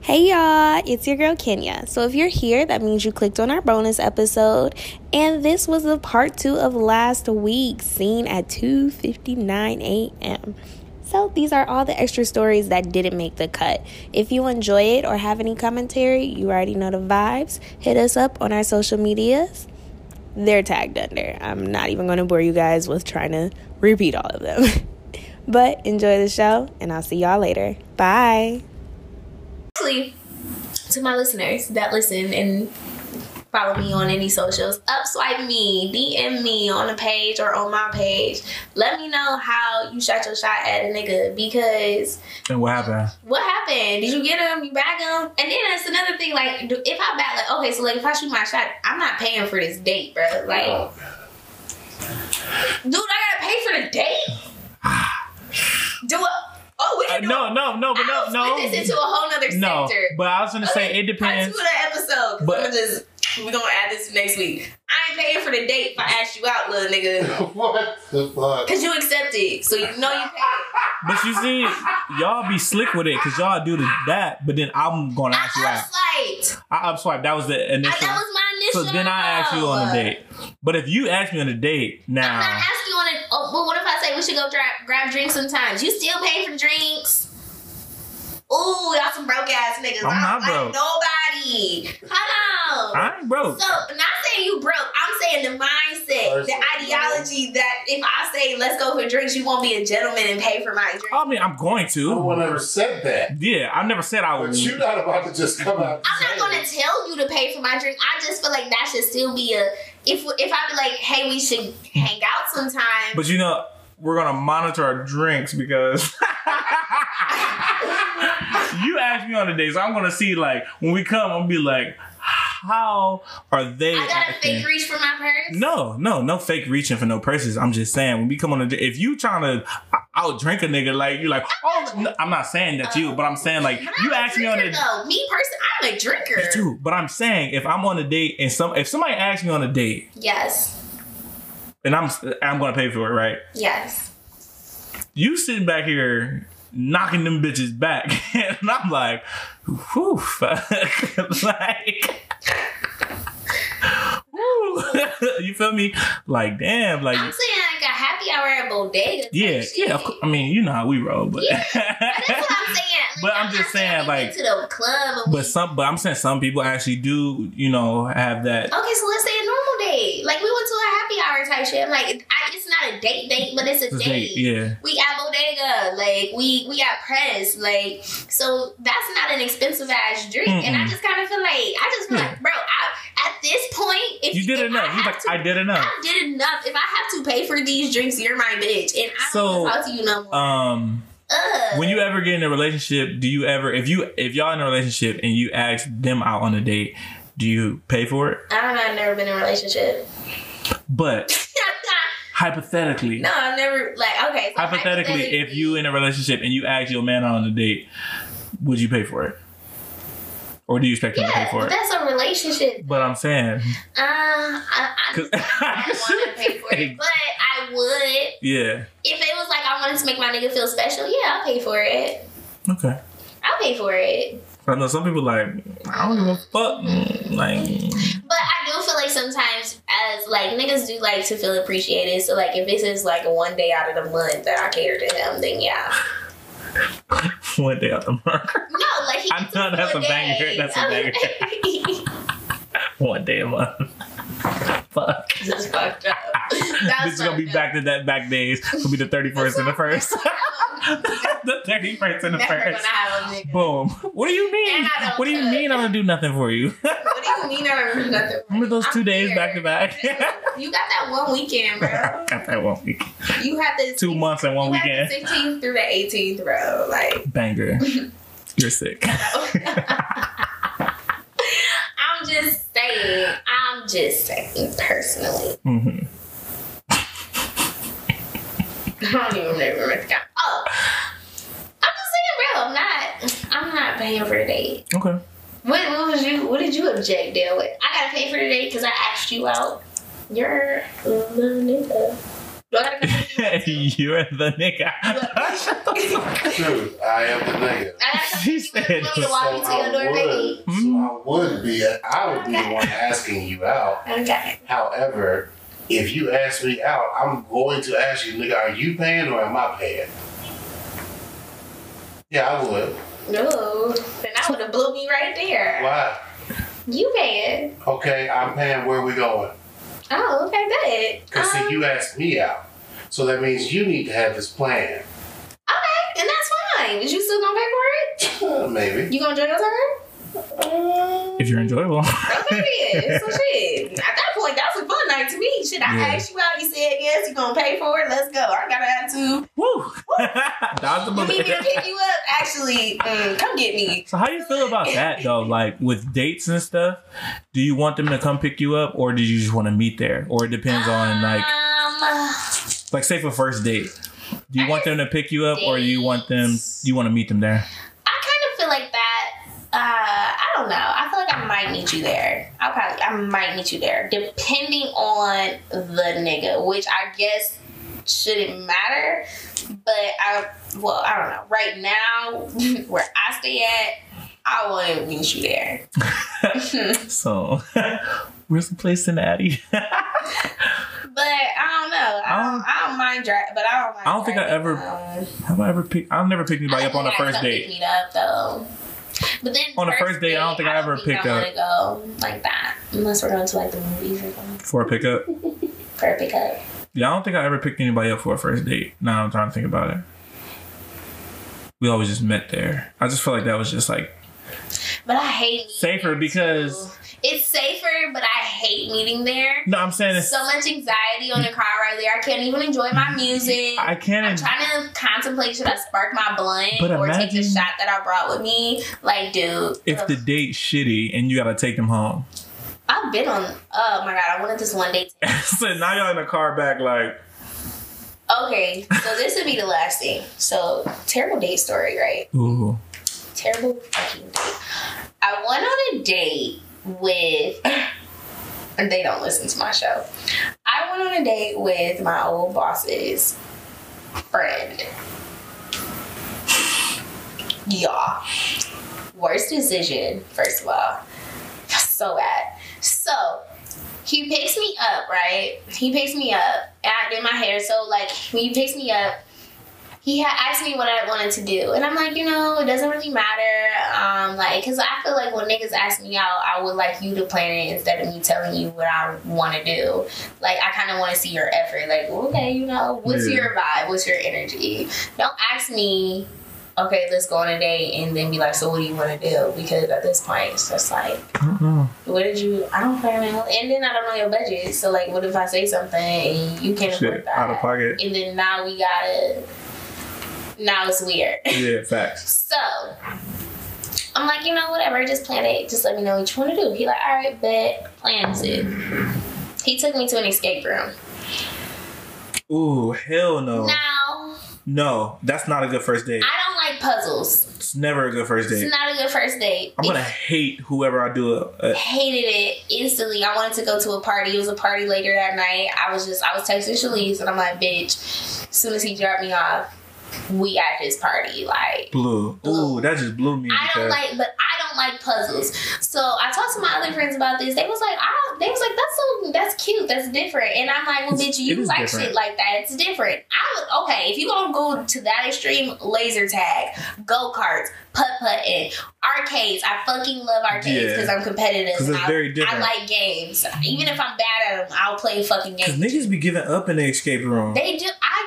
Hey y'all, it's your girl Kenya. So if you're here, that means you clicked on our bonus episode, and this was the part two of last week, seen at 2:59 a.m. So these are all the extra stories that didn't make the cut. If you enjoy it or have any commentary, you already know the vibes. Hit us up on our social medias. They're tagged under. I'm not even going to bore you guys with trying to repeat all of them. but enjoy the show, and I'll see y'all later. Bye. Actually, to my listeners that listen and follow me on any socials, upswipe me, DM me on the page or on my page. Let me know how you shot your shot at a nigga because And what happened? what happened? Did you get him? You bag him? And then that's another thing. Like, do- if I bag, like, okay, so like, if I shoot my shot, I'm not paying for this date, bro. Like, dude, I gotta pay for the date. Do I? Oh, we Uh, can do no, it. no, no, but no, I'll split this into no, a whole nother no. sector. But I was gonna say it Part depends. two of the But- episode. But I'm just we gonna add this next week. I ain't paying for the date if I ask you out, little nigga, what the fuck? cause you accepted, so you know you paid. But you see, y'all be slick with it because y'all do the, that. But then I'm gonna I ask you out. upswiped. I upswipe. That was the I, initial. that was my so initial. then I ask you on a date. But if you ask me on a date I'm not now, asking you on a. Oh, but what if I say we should go grab grab drinks sometimes? You still pay for drinks. Ooh, y'all some broke ass niggas. I'm not like broke. Nobody. Hello. I ain't broke. So, not saying you broke. I'm saying the mindset, the Person. ideology that if I say let's go for drinks, you won't be a gentleman and pay for my drink. I mean, I'm going No to. one ever said that. Yeah, I never said I would. But you're not about to just come out. and I'm not say gonna it. tell you to pay for my drink. I just feel like that should still be a if if I be like, hey, we should hang out sometime. But you know, we're gonna monitor our drinks because you asked me on a date, so I'm gonna see like when we come, I'm gonna be like, how are they? I got a acting? fake reach for my purse. No, no, no fake reaching for no purses. I'm just saying when we come on a date, if you trying to out drink a nigga, like you like, oh, no, I'm not saying that you, but I'm saying like But you I'm a asked me on a drinker, though. me person. I'm a drinker. Me too, but I'm saying if I'm on a date and some if somebody asks me on a date Yes, and I'm I'm gonna pay for it, right? yes. you sitting back here knocking them bitches back, and I'm like, whew, fuck. like, whew. you feel me? Like, damn, like, I'm saying like a happy hour at bodega. type yeah, shit. yeah. Of course, I mean, you know how we roll, but. That's what I'm saying. Like, But I'm not just saying, we like- went to the club. And But some, but I'm saying some people actually do, you know, have that. Okay, so let's say a normal date. Like we went to a happy hour type shit. I'm like, I, it's not a date date, but it's a this date. date, yeah. We at bodega, like we we at press, like so that's not an expensive ass drink. And I Mm-mm. just kind of feel like I just feel Yeah. like, bro, I, at this point, if You did if enough. I He's have like, to- I did enough. I did enough. If I have to pay for these drinks, you're my bitch, and I So, don't want to talk to you no more. Um, Ugh. when you ever get in a relationship, do you ever, if you, if y'all in a relationship and you ask them out on a date, do you pay for it? I don't know. I've never been in a relationship. But hypothetically, no, I've never like okay. So hypothetically, if you in a relationship and you ask your man out on a date, would you pay for it, or do you expect him to pay yeah, for it? that's a relationship. But I'm saying, Uh, I, I, Cause- I want to pay for it, but I would yeah, if it was like I wanted to make my nigga feel special. Yeah, I'll pay for it. okay. I'll pay for it. I know some people like I don't give a fuck. mm, Like, But I do feel like sometimes, as like niggas do like to feel appreciated. So like, if this is like one day out of the month that I cater to him, then yeah. one day out the mark, No, like he. I gets know a that's full a banger, day. that's a I mean, one day a month. Fuck, this is fucked up. That's this is gonna be fucked up. back to that back days. It'll be the thirty first and the first, the thirty first and the Never gonna first. have a nigga. Boom. What do you mean? And I don't What do you cook. mean I'm gonna do nothing for you? What do you mean? I remember nothing. Remember those I'm two days here. back to back? You got that one weekend, bro. Got that one week. You had this Two months and one you had weekend. the 16th through the 18th, bro. Like, Banger. You're sick. I'm just saying. I'm just saying personally. hmm I don't even remember what the guy. Oh, I'm just saying, bro. I'm not. I'm not paying for the date. Okay. What, what was you? What did you object there with? I gotta pay for the date because I asked you out. You're a little nigga. Do I gotta pay for the date? You're the nigga. Dude, I am the nigga. I gotta come She said, to walk me to your door, baby. would, so I would be, I would be the one asking you out. Okay. However, if you ask me out, I'm going to ask you, nigga, are you paying or am I paying? Yeah, I would. No. Then I would have blew me right there. Why? You paying. Okay, I'm paying. Where we going? Oh, okay, Um, good. Because see, you asked me out, so that means you need to have this plan. Okay, and that's fine. Is you still gonna pay for Uh, maybe. it? You gonna join us on If you're enjoyable. Okay, then. So shit. At that point, that was a fun night to me. Shit, I Yeah. asked you out. You said yes. You gonna pay for it? Let's go. I got an attitude. Woo! Dodge the You need me to bullet. pick you up? Actually, mm, come get me. So how you feel about that though? Like with dates and stuff, do you want them to come pick you up, or do you just want to meet there? Or it depends on like, Um, like say for first date, do you want them to pick you up, or do you want them? You want to meet them there? I kind of feel like that. Uh, I don't know. I feel like I might meet you there. I probably I might meet you there, depending on the nigga, which I guess shouldn't matter. But I, well, I don't know. Right now, where I stay at, I wouldn't meet you there. So, where's the place in Addy? But I don't know. I don't. I don't mind driving, but I don't mind. I don't think I driving, ever- um, Have I ever picked? I've never picked anybody up on a I think I first could date. Pick me up though. But then On a first date, I don't think I ever picked I wanna go like that unless we're going to like the movies or something for a pickup. for a pickup. Yeah, I don't think I ever picked anybody up for a first date. Now I'm trying to think about it. We always just met there. I just feel like that was just like But I hate meeting safer there, because too. it's safer. But I hate meeting there. no, I'm saying it's So much anxiety on the car right there. I can't even enjoy my music. I I'm can't. trying to contemplate should I spark my blunt But or take the imagine- shot that I brought with me? Like, dude, If the date's shitty and you gotta take them home, I've been on. Oh my god, I wanted this one date. so now y'all in the car back like Okay, so this would be the last thing. So terrible date story, right? ooh. terrible fucking date. I went on a date with. and they don't listen to my show. I went on a date with my old boss's friend. Y'all. Worst decision, first of all. So bad. So, he picks me up, right? He picks me up, and I did my hair. So, like, when he picks me up, he had asked me what I wanted to do, and I'm like, you know, it doesn't really matter, um, like, cause I feel like when niggas ask me out, I would like you to plan it instead of me telling you what I want to do. Like, I kind of want to see your effort. Like, okay, you know, what's Yeah. your vibe? What's your energy? Don't ask me. Okay, let's go on a date and then be like, so what do you want to do? Because at this point, it's just like, I don't know. what did you? I don't plan it, out. and then I don't know your budget. So like, what if I say something and you can't afford Shit, that? out of pocket. and then now we gotta now it's weird Yeah, facts. so i'm like you know whatever just plan it just let me know what you want to do he like all right bet plans it he took me to an escape room Ooh, hell no. now No, that's not a good first date. i don't like puzzles It's never a good first it's date. not a good first date I'm gonna hate whoever I do a, a hated it instantly. I wanted to go to a party. It was a party later that night. I was just I was texting Shalise and I'm like, bitch, as soon as he dropped me off, we at this party. Like blue. Ooh, that just blew me I don't because like, but I don't like puzzles. So I talked to my other friends about this. They was like, I don't. They was like, that's so that's cute. That's different. And I'm like, well, bitch, It you is like different. shit like that. It's different. I would okay if you gonna go to that extreme. Laser tag, go karts, putt putting, arcades. I fucking love arcades Yeah. because I'm competitive. 'Cause it's I, very I different. like games. Even if I'm bad at them, I'll play fucking cause games. niggas be giving up in the escape room. They just I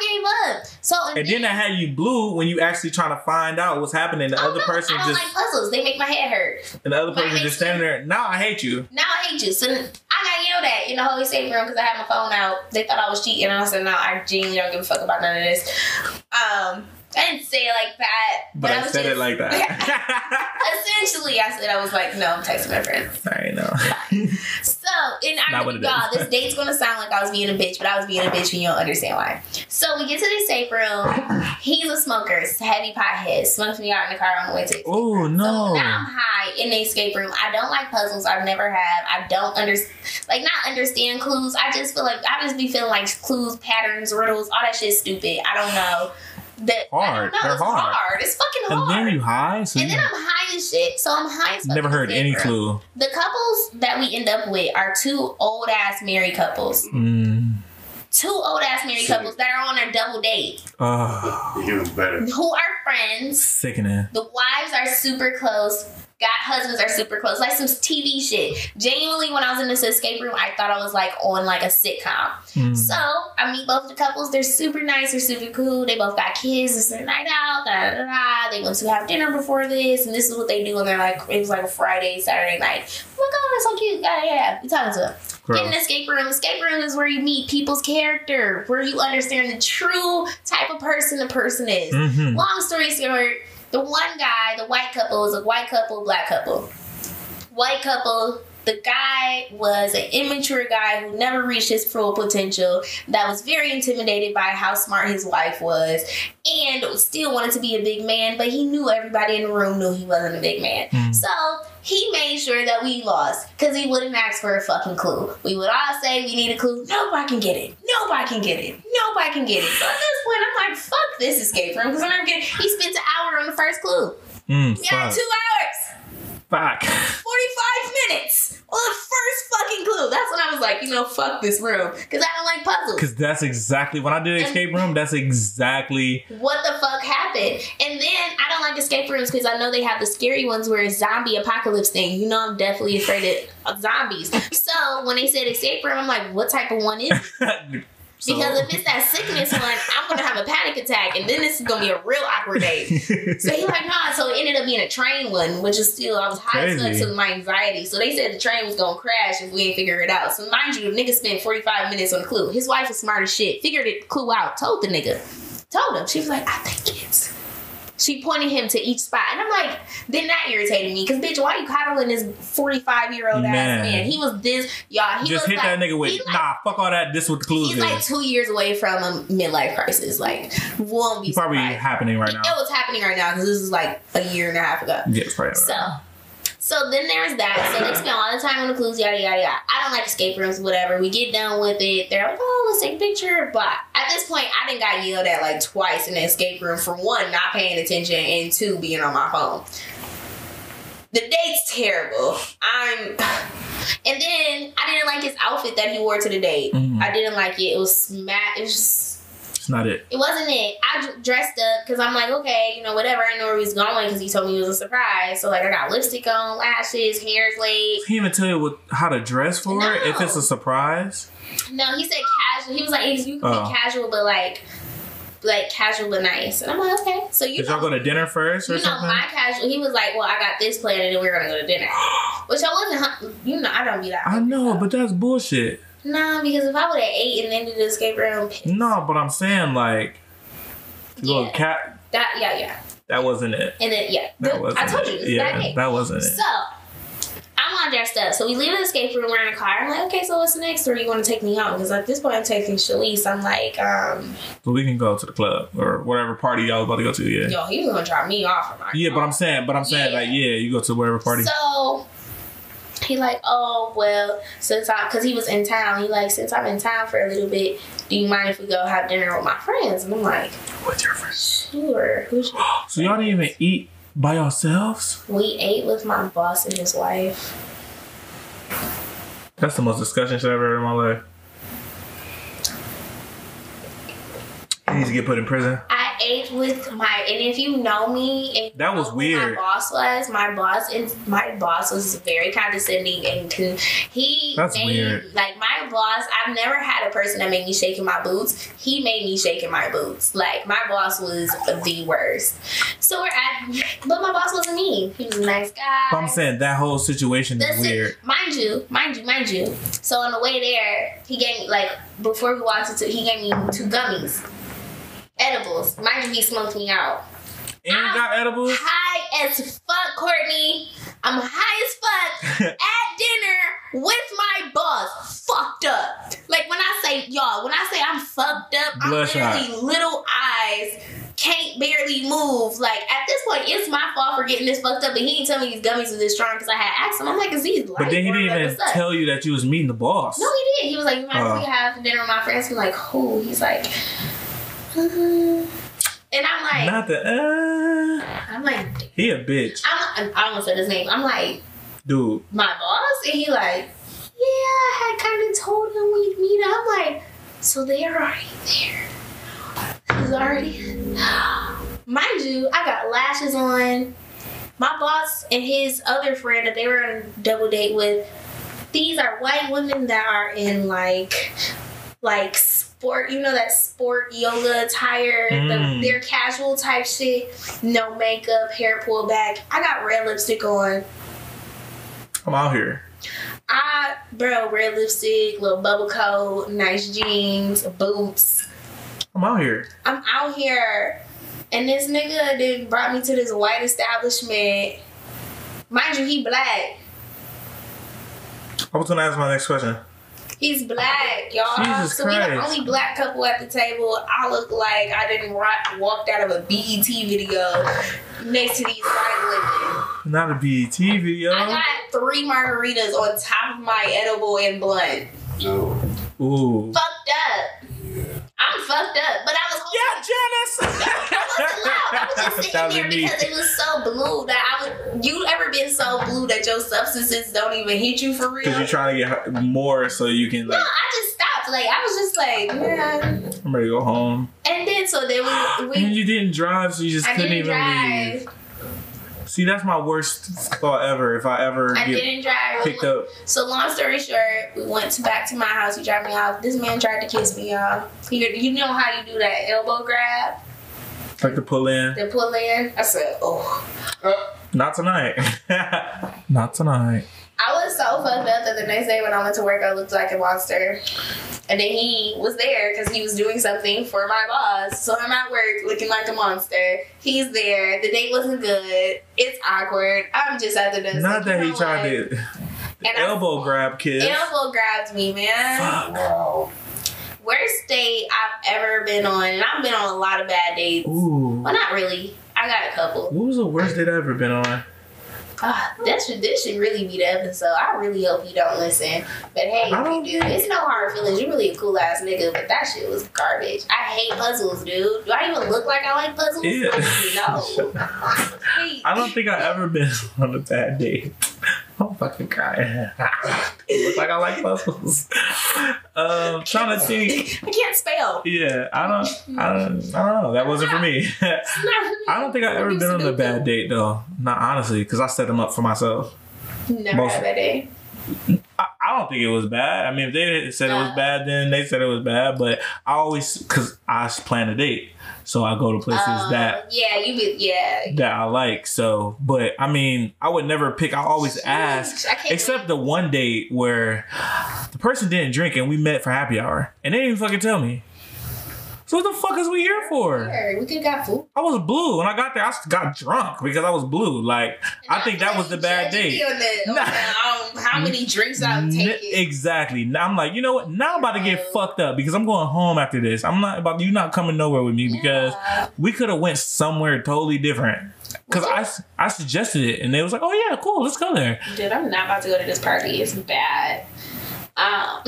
gave up. So And then I had you blue when you actually trying to find out what's happening. The I don't other know. person I don't just like puzzles. They make my head hurt. and the other Why person hate just standing you? there. Now I hate you. Now I hate you. So I got yelled at in the whole escape room because I had my phone out. They thought I was cheating. And I said, no, I genuinely don't give a fuck about none of this. Um, I didn't say it like that. But, I, was said it just- like that. Essentially, I said I was like, no, I'm texting my friends. I know. So, and I Not what know it y'all, is. this date's gonna sound like I was being a bitch, but I was being a bitch, and you don't understand why. So we get to the escape room. He's a smoker, heavy pothead, smoked me out in the car on the way to the oh So now no. I'm high in the escape room. I don't like puzzles. I never have. I don't under like not understand clues. I just feel like I just be feeling like clues, patterns, riddles, all that shit's stupid. I don't know. that Hard. I don't know, They're it's hard. It's fucking And hard. then you high, so and you then I'm high as shit, so I'm high as fucking never heard shit, any bro. clue. The couples that we end up with are two old ass married couples. Mm. Two old ass married Sick. couples that are on their double date Oh, He was better. who are friends. sickening. The wives are super close. God, husbands are super close. Like some TV shit. Genuinely, when I was in this escape room, I thought I was like on like a sitcom. Mm. So I meet both the couples. They're super nice. They're super cool. They both got kids. It's their night out. Da, da, da, da. They went to have dinner before this, and this is what they do. And they're like, it was like a Friday, Saturday night. Oh my god, that's so cute. Yeah, yeah, yeah. We talking to them. Get in Girl. the escape room. Escape room is where you meet people's character, where you understand the true type of person the person is. Mm-hmm. Long story short, the one guy, the white couple, was a white couple, black couple. White couple, the guy was an immature guy who never reached his full potential, that was very intimidated by how smart his wife was, and still wanted to be a big man, but he knew everybody in the room knew he wasn't a big man. Mm. So he made sure that we lost because he wouldn't ask for a fucking clue. We would all say we need a clue. Nobody can get it. Nobody can get it. Nobody can get it. So at this point, I'm like, fuck this escape room because I'm not getting. He spent an hour on the first clue. Mm, We got fuck. two hours, Fuck. 45 minutes on the first fucking clue. That's when I was like, you know, fuck this room because I don't like puzzles. Because that's exactly when I did escape room. That's exactly what the fuck happened? And then I don't like escape rooms because I know they have the scary ones where it's zombie apocalypse thing. You know, I'm definitely afraid of of zombies. So when they said escape room, I'm like, what type of one is? it? So- Because if it's that sickness one, I'm gonna have a panic attack, and then this is gonna be a real awkward day. So he like, nah. So it ended up being a train one, which is still I was high as fuck Crazy. to my anxiety. So they said the train was gonna crash if we didn't figure it out. So mind you, the nigga spent 45 minutes on the clue. His wife is smart as shit. Figured it clue out. Told the nigga. Told him. She was like, I think it's. She pointed him to each spot, and I'm like, then that irritated me, cause bitch, why you coddling this 45 year old ass Man. man? He was this, y'all. He Just was hit like, that nigga with, he like- nah, fuck all that. This is what the clues He's is. like two years away from a midlife crisis. Like, won't be it's probably surprised. happening right now. It was happening right now because this is like a year and a half ago. Yeah, it's probably So, so then there's that. So they spend all the time on the clues, yada yada yada. I don't like escape rooms, whatever. We get done with it. They're like, oh, let's take a picture. But at this point, I didn't got yelled at like twice in the escape room for one, not paying attention, and two, being on my phone. The date's terrible. I'm, and then I didn't like his outfit that he wore to the date. Mhm. I didn't like it. It was smack. It was just It's not it. it wasn't it. I d- dressed up because I'm like, okay, you know, whatever. I know where he was going because he told me it was a surprise. So like, I got lipstick on, lashes, hair's laid. He even tell you what, how to dress for it if it's No. a surprise. No, he said casual. He was like, you can Oh. be casual, but like, like casual but nice. And I'm like, okay. So you Did y'all go know, to dinner first or you know, something? my casual. He was like, well, I got this planned, and then we're gonna go to dinner. Which I wasn't. hun- You know, I don't be that. I know, but that's bullshit. no, because if I would have ate and ended the escape room, No, but I'm saying like, little Yeah. cat. that yeah yeah, That wasn't it. and then yeah, That the- wasn't I told it. you this yeah, that day. that wasn't it. So I'm all dressed up. So we leave the escape room. We're in a car. I'm like, okay, so what's next? Or you want to take me home? Because at this point, I'm texting Shalise. I'm like, um, But we can go to the club or whatever party y'all about to go to. Yeah, yo, he was gonna drop me off. I'm like, yeah. But I'm saying, but I'm saying Yeah. like, yeah, you go to whatever party. So he like, oh well, since I, cause he was in town. He like, since I'm in town for a little bit, do you mind if we go have dinner with my friends? And I'm like, What's your first? sure. Who should- So y'all didn't even eat by yourselves. We ate with my boss and his wife. That's the most disgusting shit I've ever heard in my life. He needs to get put in prison. I ate with my, and if you know me, if you That was know who weird. My boss was my boss, and my boss was very condescending, and con- he That's made weird. like my boss. I've never had a person that made me shake in my boots. He made me shake in my boots. Like my boss was the worst. So we're at, but my boss wasn't mean. He was a nice guy. But I'm saying that whole situation is That's it. weird. Mind you, mind you, mind you. So on the way there, he gave me like before we walked into, he gave me two gummies, edibles. Mind you, he smoked me out. And you got edibles? High as fuck, Courtney. I'm high as fuck at dinner with my boss. Fucked up. Like when I say y'all, when I say I'm fucked up, Bloodshot. I'm literally little eyes. Can't barely move. Like at this point, it's my fault for getting this fucked up. But he didn't tell me these gummies was this strong because I had asked him. I'm like, is these light? But then he or didn't like, even what's up? tell you that you was meeting the boss. No, he did. He was like, "You mind if Oh. we have dinner with my friends?" I'm like, "Who?" He's like, "Uh, And I'm like, Not the uh, I'm like, he a bitch, I'm, I almost said his name. I'm like, dude. my boss? And he like, yeah, I had kind of told him we'd meet. I'm like, so they're already there. He's already. Mind you, I got lashes on. My boss and his other friend that they were on a double date with, these are white women that are in like, like sport, you know, that sport yoga attire, Mm. the, their casual type shit, no makeup, hair pulled back. I got red lipstick on. I'm out here. I, bro, red lipstick, little bubble coat, nice jeans, boots. I'm out here. I'm out here, and this nigga then brought me to this white establishment. Mind you, he black. I was gonna ask my next question. He's black, y'all. Jesus so we the Christ. only black couple at the table. I look like I didn't rock, walked out of a BET video next to these white women. Not a BET video. I got three margaritas on top of my edible and blunt. No. Ooh. Fucked up. I'm fucked up, but I was Yeah, Janice. I was just That sitting there was me. because it was so blue that I was. You ever been so blue that your substances don't even hit you for real? Because you're trying to get her- more so you can, no, like, I just stopped. Like I was just like, yeah. I'm ready to go home. And then so then we And we you didn't drive, so you just I couldn't didn't even drive. leave. See, that's my worst thought ever. If I ever I get didn't drive. picked up, So long story short, we went to back to my house. He dropped me off. This man tried to kiss me, y'all. You, you know how you do that elbow grab, like to pull in. the pull in. I said, oh. Not tonight. Not tonight. I was so fucked up that the next day when I went to work, I looked like a monster. And then he was there because he was doing something for my boss. So I'm at work looking like a monster. He's there. The date wasn't good. It's awkward. I'm just at the desk. Not like, that you he know tried what? to And I- elbow grab kids. Elbow grabbed me, man. Fuck. Wow. Worst date I've ever been on, and I've been on a lot of bad dates. Ooh. Well, not really. I got a couple. What was the worst date I ever been on? Ah, that should this should really be the episode. I really hope you don't listen. But hey, I don't if you do, think- it's no hard feelings. You're really a cool ass nigga, but that shit was garbage. I hate puzzles, dude. Do I even look like I like puzzles? Yeah. I don't know. Hey. I don't think I ever been on a bad date. I'm fucking crying. Look like I like puzzles. Um, trying to think. I can't spell. Yeah, I don't, I don't, I don't know. That wasn't for me. I don't think I've ever been on a bad date though. Not honestly, because I set them up for myself. Never Most- had that day. I, I don't think it was bad. I mean, if they said it was bad, then they said it was bad. But I always, because I plan a date, so I go to places Um, that Yeah, you be yeah. that I like. So, but I mean, I would never pick. I always ask, I can't except the one date where the person didn't drink and we met for happy hour, and they didn't even fucking tell me. So what the fuck is we here for? Sure, We could have got food. I was blue when I got there. I got drunk because I was blue. Like I think that was the bad Judging me date. on the- on Nah. the, um, how many drinks I'm N- taking. exactly. Now I'm like, you know what? Now I'm about to No. get fucked up because I'm going home after this. I'm not about you not coming nowhere with me because Yeah. we could have went somewhere totally different. Cause I, s- I suggested it and they was like, oh yeah, cool, let's go there. Dude, I'm not about to go to this party. It's bad. Um,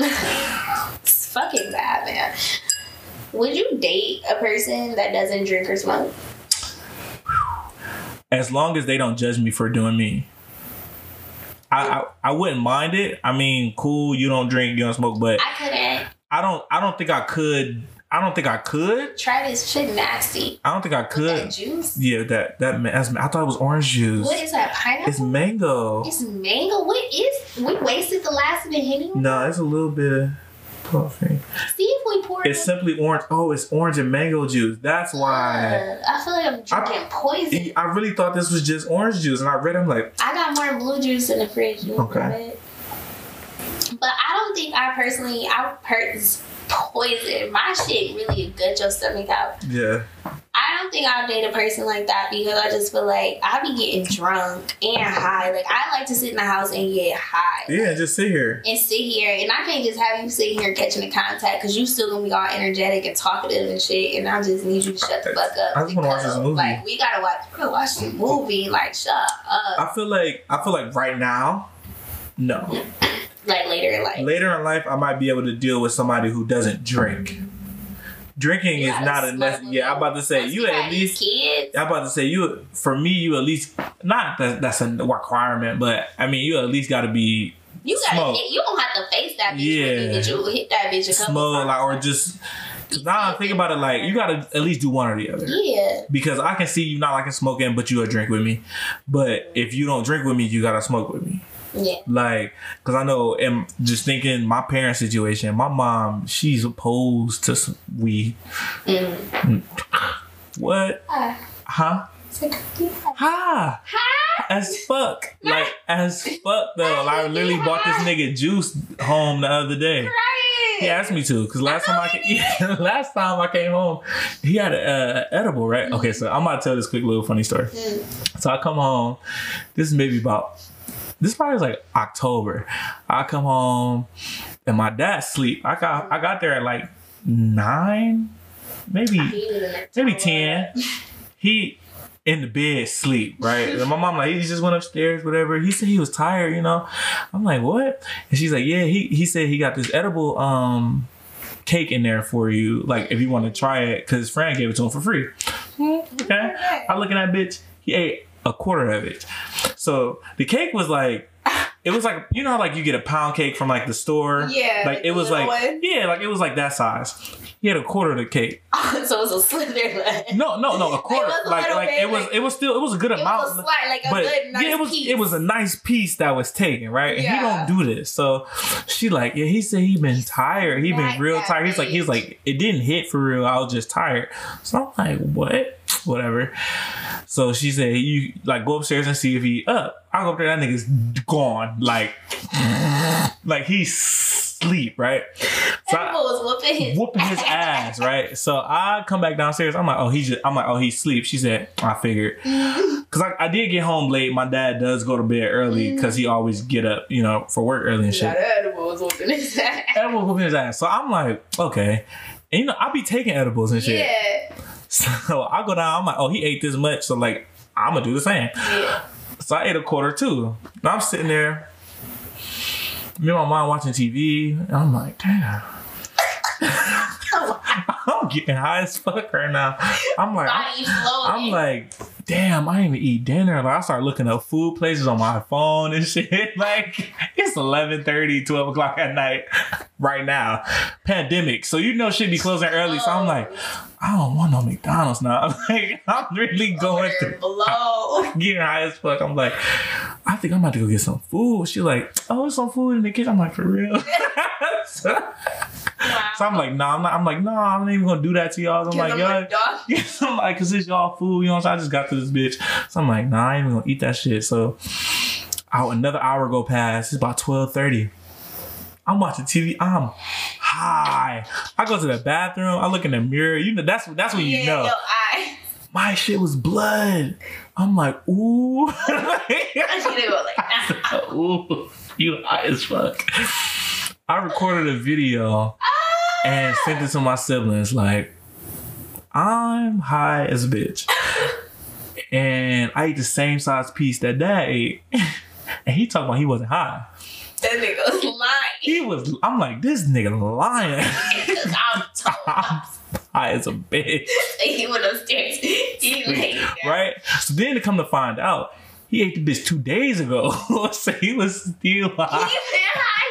it's fucking bad, man. Would you date a person that doesn't drink or smoke? As long as they don't judge me for doing me. I, I, I wouldn't mind it. I mean, cool, you don't drink, you don't smoke, but I couldn't. I don't I don't think I could I don't think I could. Try this shit nasty. I don't think I With that could. juice? Yeah, that that ma- that's, I thought it was orange juice. What is that, It's pineapple? mango. It's, mango? What is... We wasted the last of the Henny? no, it's a little bit of puffing. See if we pour It's it... simply orange. Oh, it's orange and mango juice. That's why. Ugh, I feel like I'm drinking poison. I really thought this was just orange juice, and I read. it, I'm like, I got more blue juice in the fridge. You want Okay. it? But I don't think I personally, I purchase poison. My shit really gut your stomach out. yeah, I don't think I'll date a person like that because I just feel like I be getting drunk and high. Like I like to sit in the house and get high. yeah, just sit here. And sit here, and I can't just have you sitting here catching the contact because you still gonna be all energetic and talkative and shit. And I just need you to shut the fuck up. I just wanna watch this because, movie. Like we gotta watch, we gotta watch this movie. Like shut up. I feel like I feel like right now, no. Like later in life. Later in life, I might be able to deal with somebody who doesn't drink. drinking Yeah, is not that's a nec- smuggling. yeah. I'm about to say Once you got at least. these kids. I'm about to say you for me you at least not that that's a requirement, but I mean you at least got to be You gotta smoke. hit- you don't have to face that bitch Yeah. with you, but you hit that bitch a couple smug like, times. or just. Cause now I think about it like you got to at least do one or the other. Yeah. Because I can see you not liking smoking, but you will drink with me. But if you don't drink with me, you gotta smoke with me. Yeah. Like, cause I know, and just thinking my parents' situation, my mom, she's opposed to s- weed. What? Huh? Ha! Hi. As fuck. Like, as fuck though. Like, I literally bought this nigga juice home the other day. Right. He asked me to, cause last time I ca- yeah, last time I came home, he had a uh, edible, right? Okay, so I'm about to tell this quick little funny story. So I come home. This is maybe about this probably was like October. I come home and my dad sleep. I got I got there at like nine, maybe He needed a- maybe ten. He in the bed sleep, right? And my mom like he just went upstairs, whatever. He said he was tired, you know. I'm like, what? And she's like, yeah. He he said he got this edible um cake in there for you, like if you want to try it, because his friend gave it to him for free. Okay, I look at that bitch. He ate a quarter of it. So the cake was like. It was like you know how like you get a pound cake from like the store. Yeah, Like the it was little like one. yeah, like it was like that size. He had a quarter of the cake. so it's a slither. Like, it No, no, no, a quarter. was a Like, little like bit, it was, like- it was still, it was a good amount. was a slight, like a but good, nice yeah, it was, piece. it was a nice piece that was taken, right? And Yeah. he don't do this, so she like, yeah, he said he been tired. He Like been real that tired. He's like, he's bitch. like, it didn't hit for real. I was just tired. So I'm like, what? Whatever. So she said, you like go upstairs and see if he up. I go up there, that nigga's gone. Like, like he's sleep, right? So I- People was whooping his whooping his ass, right? So I come back downstairs. I'm like, oh, he just, I'm like, oh, he sleep. She said, I figured, because I, I did get home late. My dad does go to bed early because he always get up, you know, for work early and shit. Mm. Yeah, the edible was whooping his ass. Edible whooping his ass. So I'm like, okay, and you know, I be taking edibles and shit. Yeah. So I go down. I'm like, oh, he ate this much, so like, I'm gonna do the same. Yeah. So I ate a quarter too. And I'm sitting there, me and my mom watching TV, and I'm like, damn. I'm getting high as fuck right now. I'm like, I'm, Body flowing. I'm like, damn, I didn't even eat dinner. Like, I start looking up food places on my phone and shit. Like, it's 11:30, 12 o'clock at night right now. Pandemic, so you know shit be closing early. So I'm like, I don't want no McDonald's now. I'm like, I'm really going to Order blow. getting high as fuck. I'm like, I think I'm about to go get some food. She like, oh, there's some food in the kitchen. I'm like, for real. so, Wow. so I'm like, nah, I'm not. I'm like, nah, I'm not even gonna do that to y'all. I'm Cause like, I'm y'all. like, dog. I'm like, cause it's y'all food, you know. So I just got to this bitch. So I'm like, nah, I ain't even gonna eat that shit. So, out another hour go past. It's about twelve thirty. I'm watching TV. I'm high. I go to the bathroom. I look in the mirror. You know, that's that's when you Yeah, know yo, I. my shit was blood. I'm like, ooh. And she did go like, ah. Ooh, you high as fuck. I recorded a video and sent it to my siblings like, I'm high as a bitch. And I ate the same size piece that dad ate. And he talking about he wasn't high. that nigga was lying. He was, I'm like, this nigga lying. Cause I'm I'm high as a bitch. he went upstairs. He laid down. right? So then to come to find out, he ate the bitch two days ago. so he was still He been high. high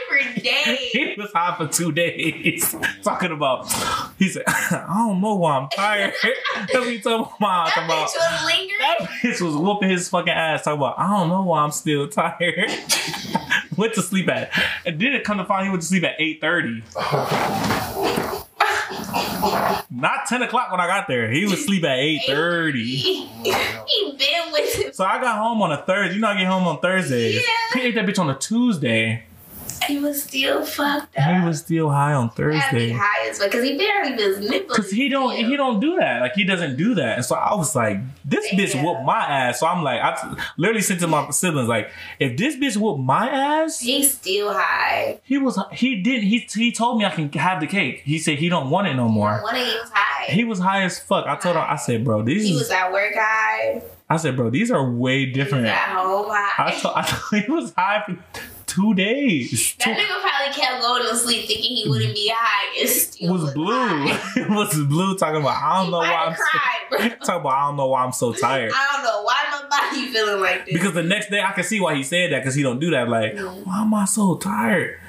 for days. He was high for two days. Talking about, he said, I don't know why I'm tired. That's what he told my mom. That Talking about, bitch was lingering. that bitch was whooping his fucking ass. Talking about, I don't know why I'm still tired. went to sleep at, and then it come to find he went to sleep at 8.30. Not 10 o'clock when I got there. He was sleep at 8.30. He, he been with him. So I got home on a Thursday. You know I get home on Thursdays. Yeah. He ate that bitch on a Tuesday. He was still fucked up. And he was still high on That'd be Thursday. high as fuck. Cause he barely was nippling. Cause he don't he don't do that. Like he doesn't do that. And so I was like, this bitch Yeah. whooped my ass. So I'm like, I literally said to my siblings, like, if this bitch whooped my ass, He's still high. he was he didn't he he told me I can have the cake. He said he don't want it no more. One of you was high. He was high as fuck. I told him, I said, bro, these He was is, at work high. I said, bro, these are way He was different. at home high. I told I told he was high for two days. That nigga probably kept going to sleep thinking he wouldn't be high. and Two- still was blue. high. It was blue talking about I don't He know might why I'm have cried, bro. so, talking about I don't know why I'm so tired. I don't know why my body feeling like this. Because the next day I can see why he said that because he don't do that. Like, Mm. why am I so tired?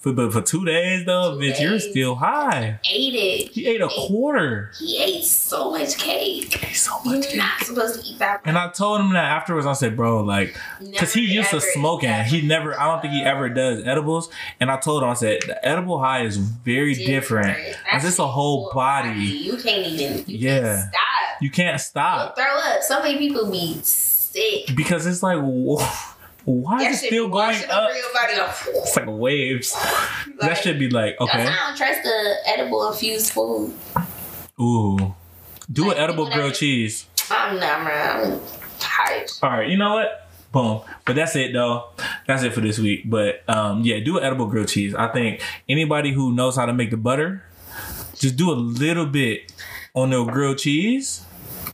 For, but for two days though, Two bitch, you're days. still high. ate it. He ate a Ate- quarter. He ate so much cake. So You're much. not supposed to eat that. And I told him that afterwards. I said, bro, like, because he used to smoking. He never. I don't think he ever does edibles. And I told him, I said, the edible high is very different. It's just a whole body. You can't even. You Yeah. Can't stop. You can't You'll stop throw up. So many people be sick. because it's like, whoa, why That is it shit still be going washing up? over your body like- It's like waves. that Like, should be like That's okay. why I don't trust the edible infused food. Ooh, do Like, an edible people that grilled just- cheese. I'm not man. I'm tired. All right, you know what? Boom. But that's it though. That's it for this week. But um, yeah, do an edible grilled cheese. I think anybody who knows how to make the butter, just do a little bit on their grilled cheese.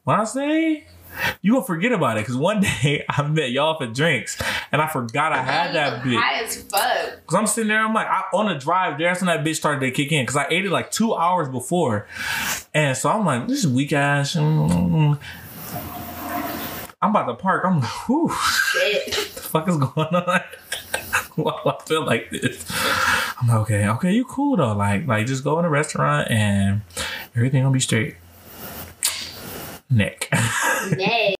When I say you gonna forget about it, cause one day I met y'all for drinks and I forgot I had that You bit. High as fuck. Cause I'm sitting there, I'm like, I, on the drive there, that's when that bitch started to kick in. Cause I ate it like two hours before, and so I'm like, this is weak ass. mm. I'm about to park. I'm like, whew Shit. the fuck is going on? Why do I feel like this? I'm like, okay, okay, you cool though. Like, like just go in a restaurant and everything gonna be straight. Nick. Next.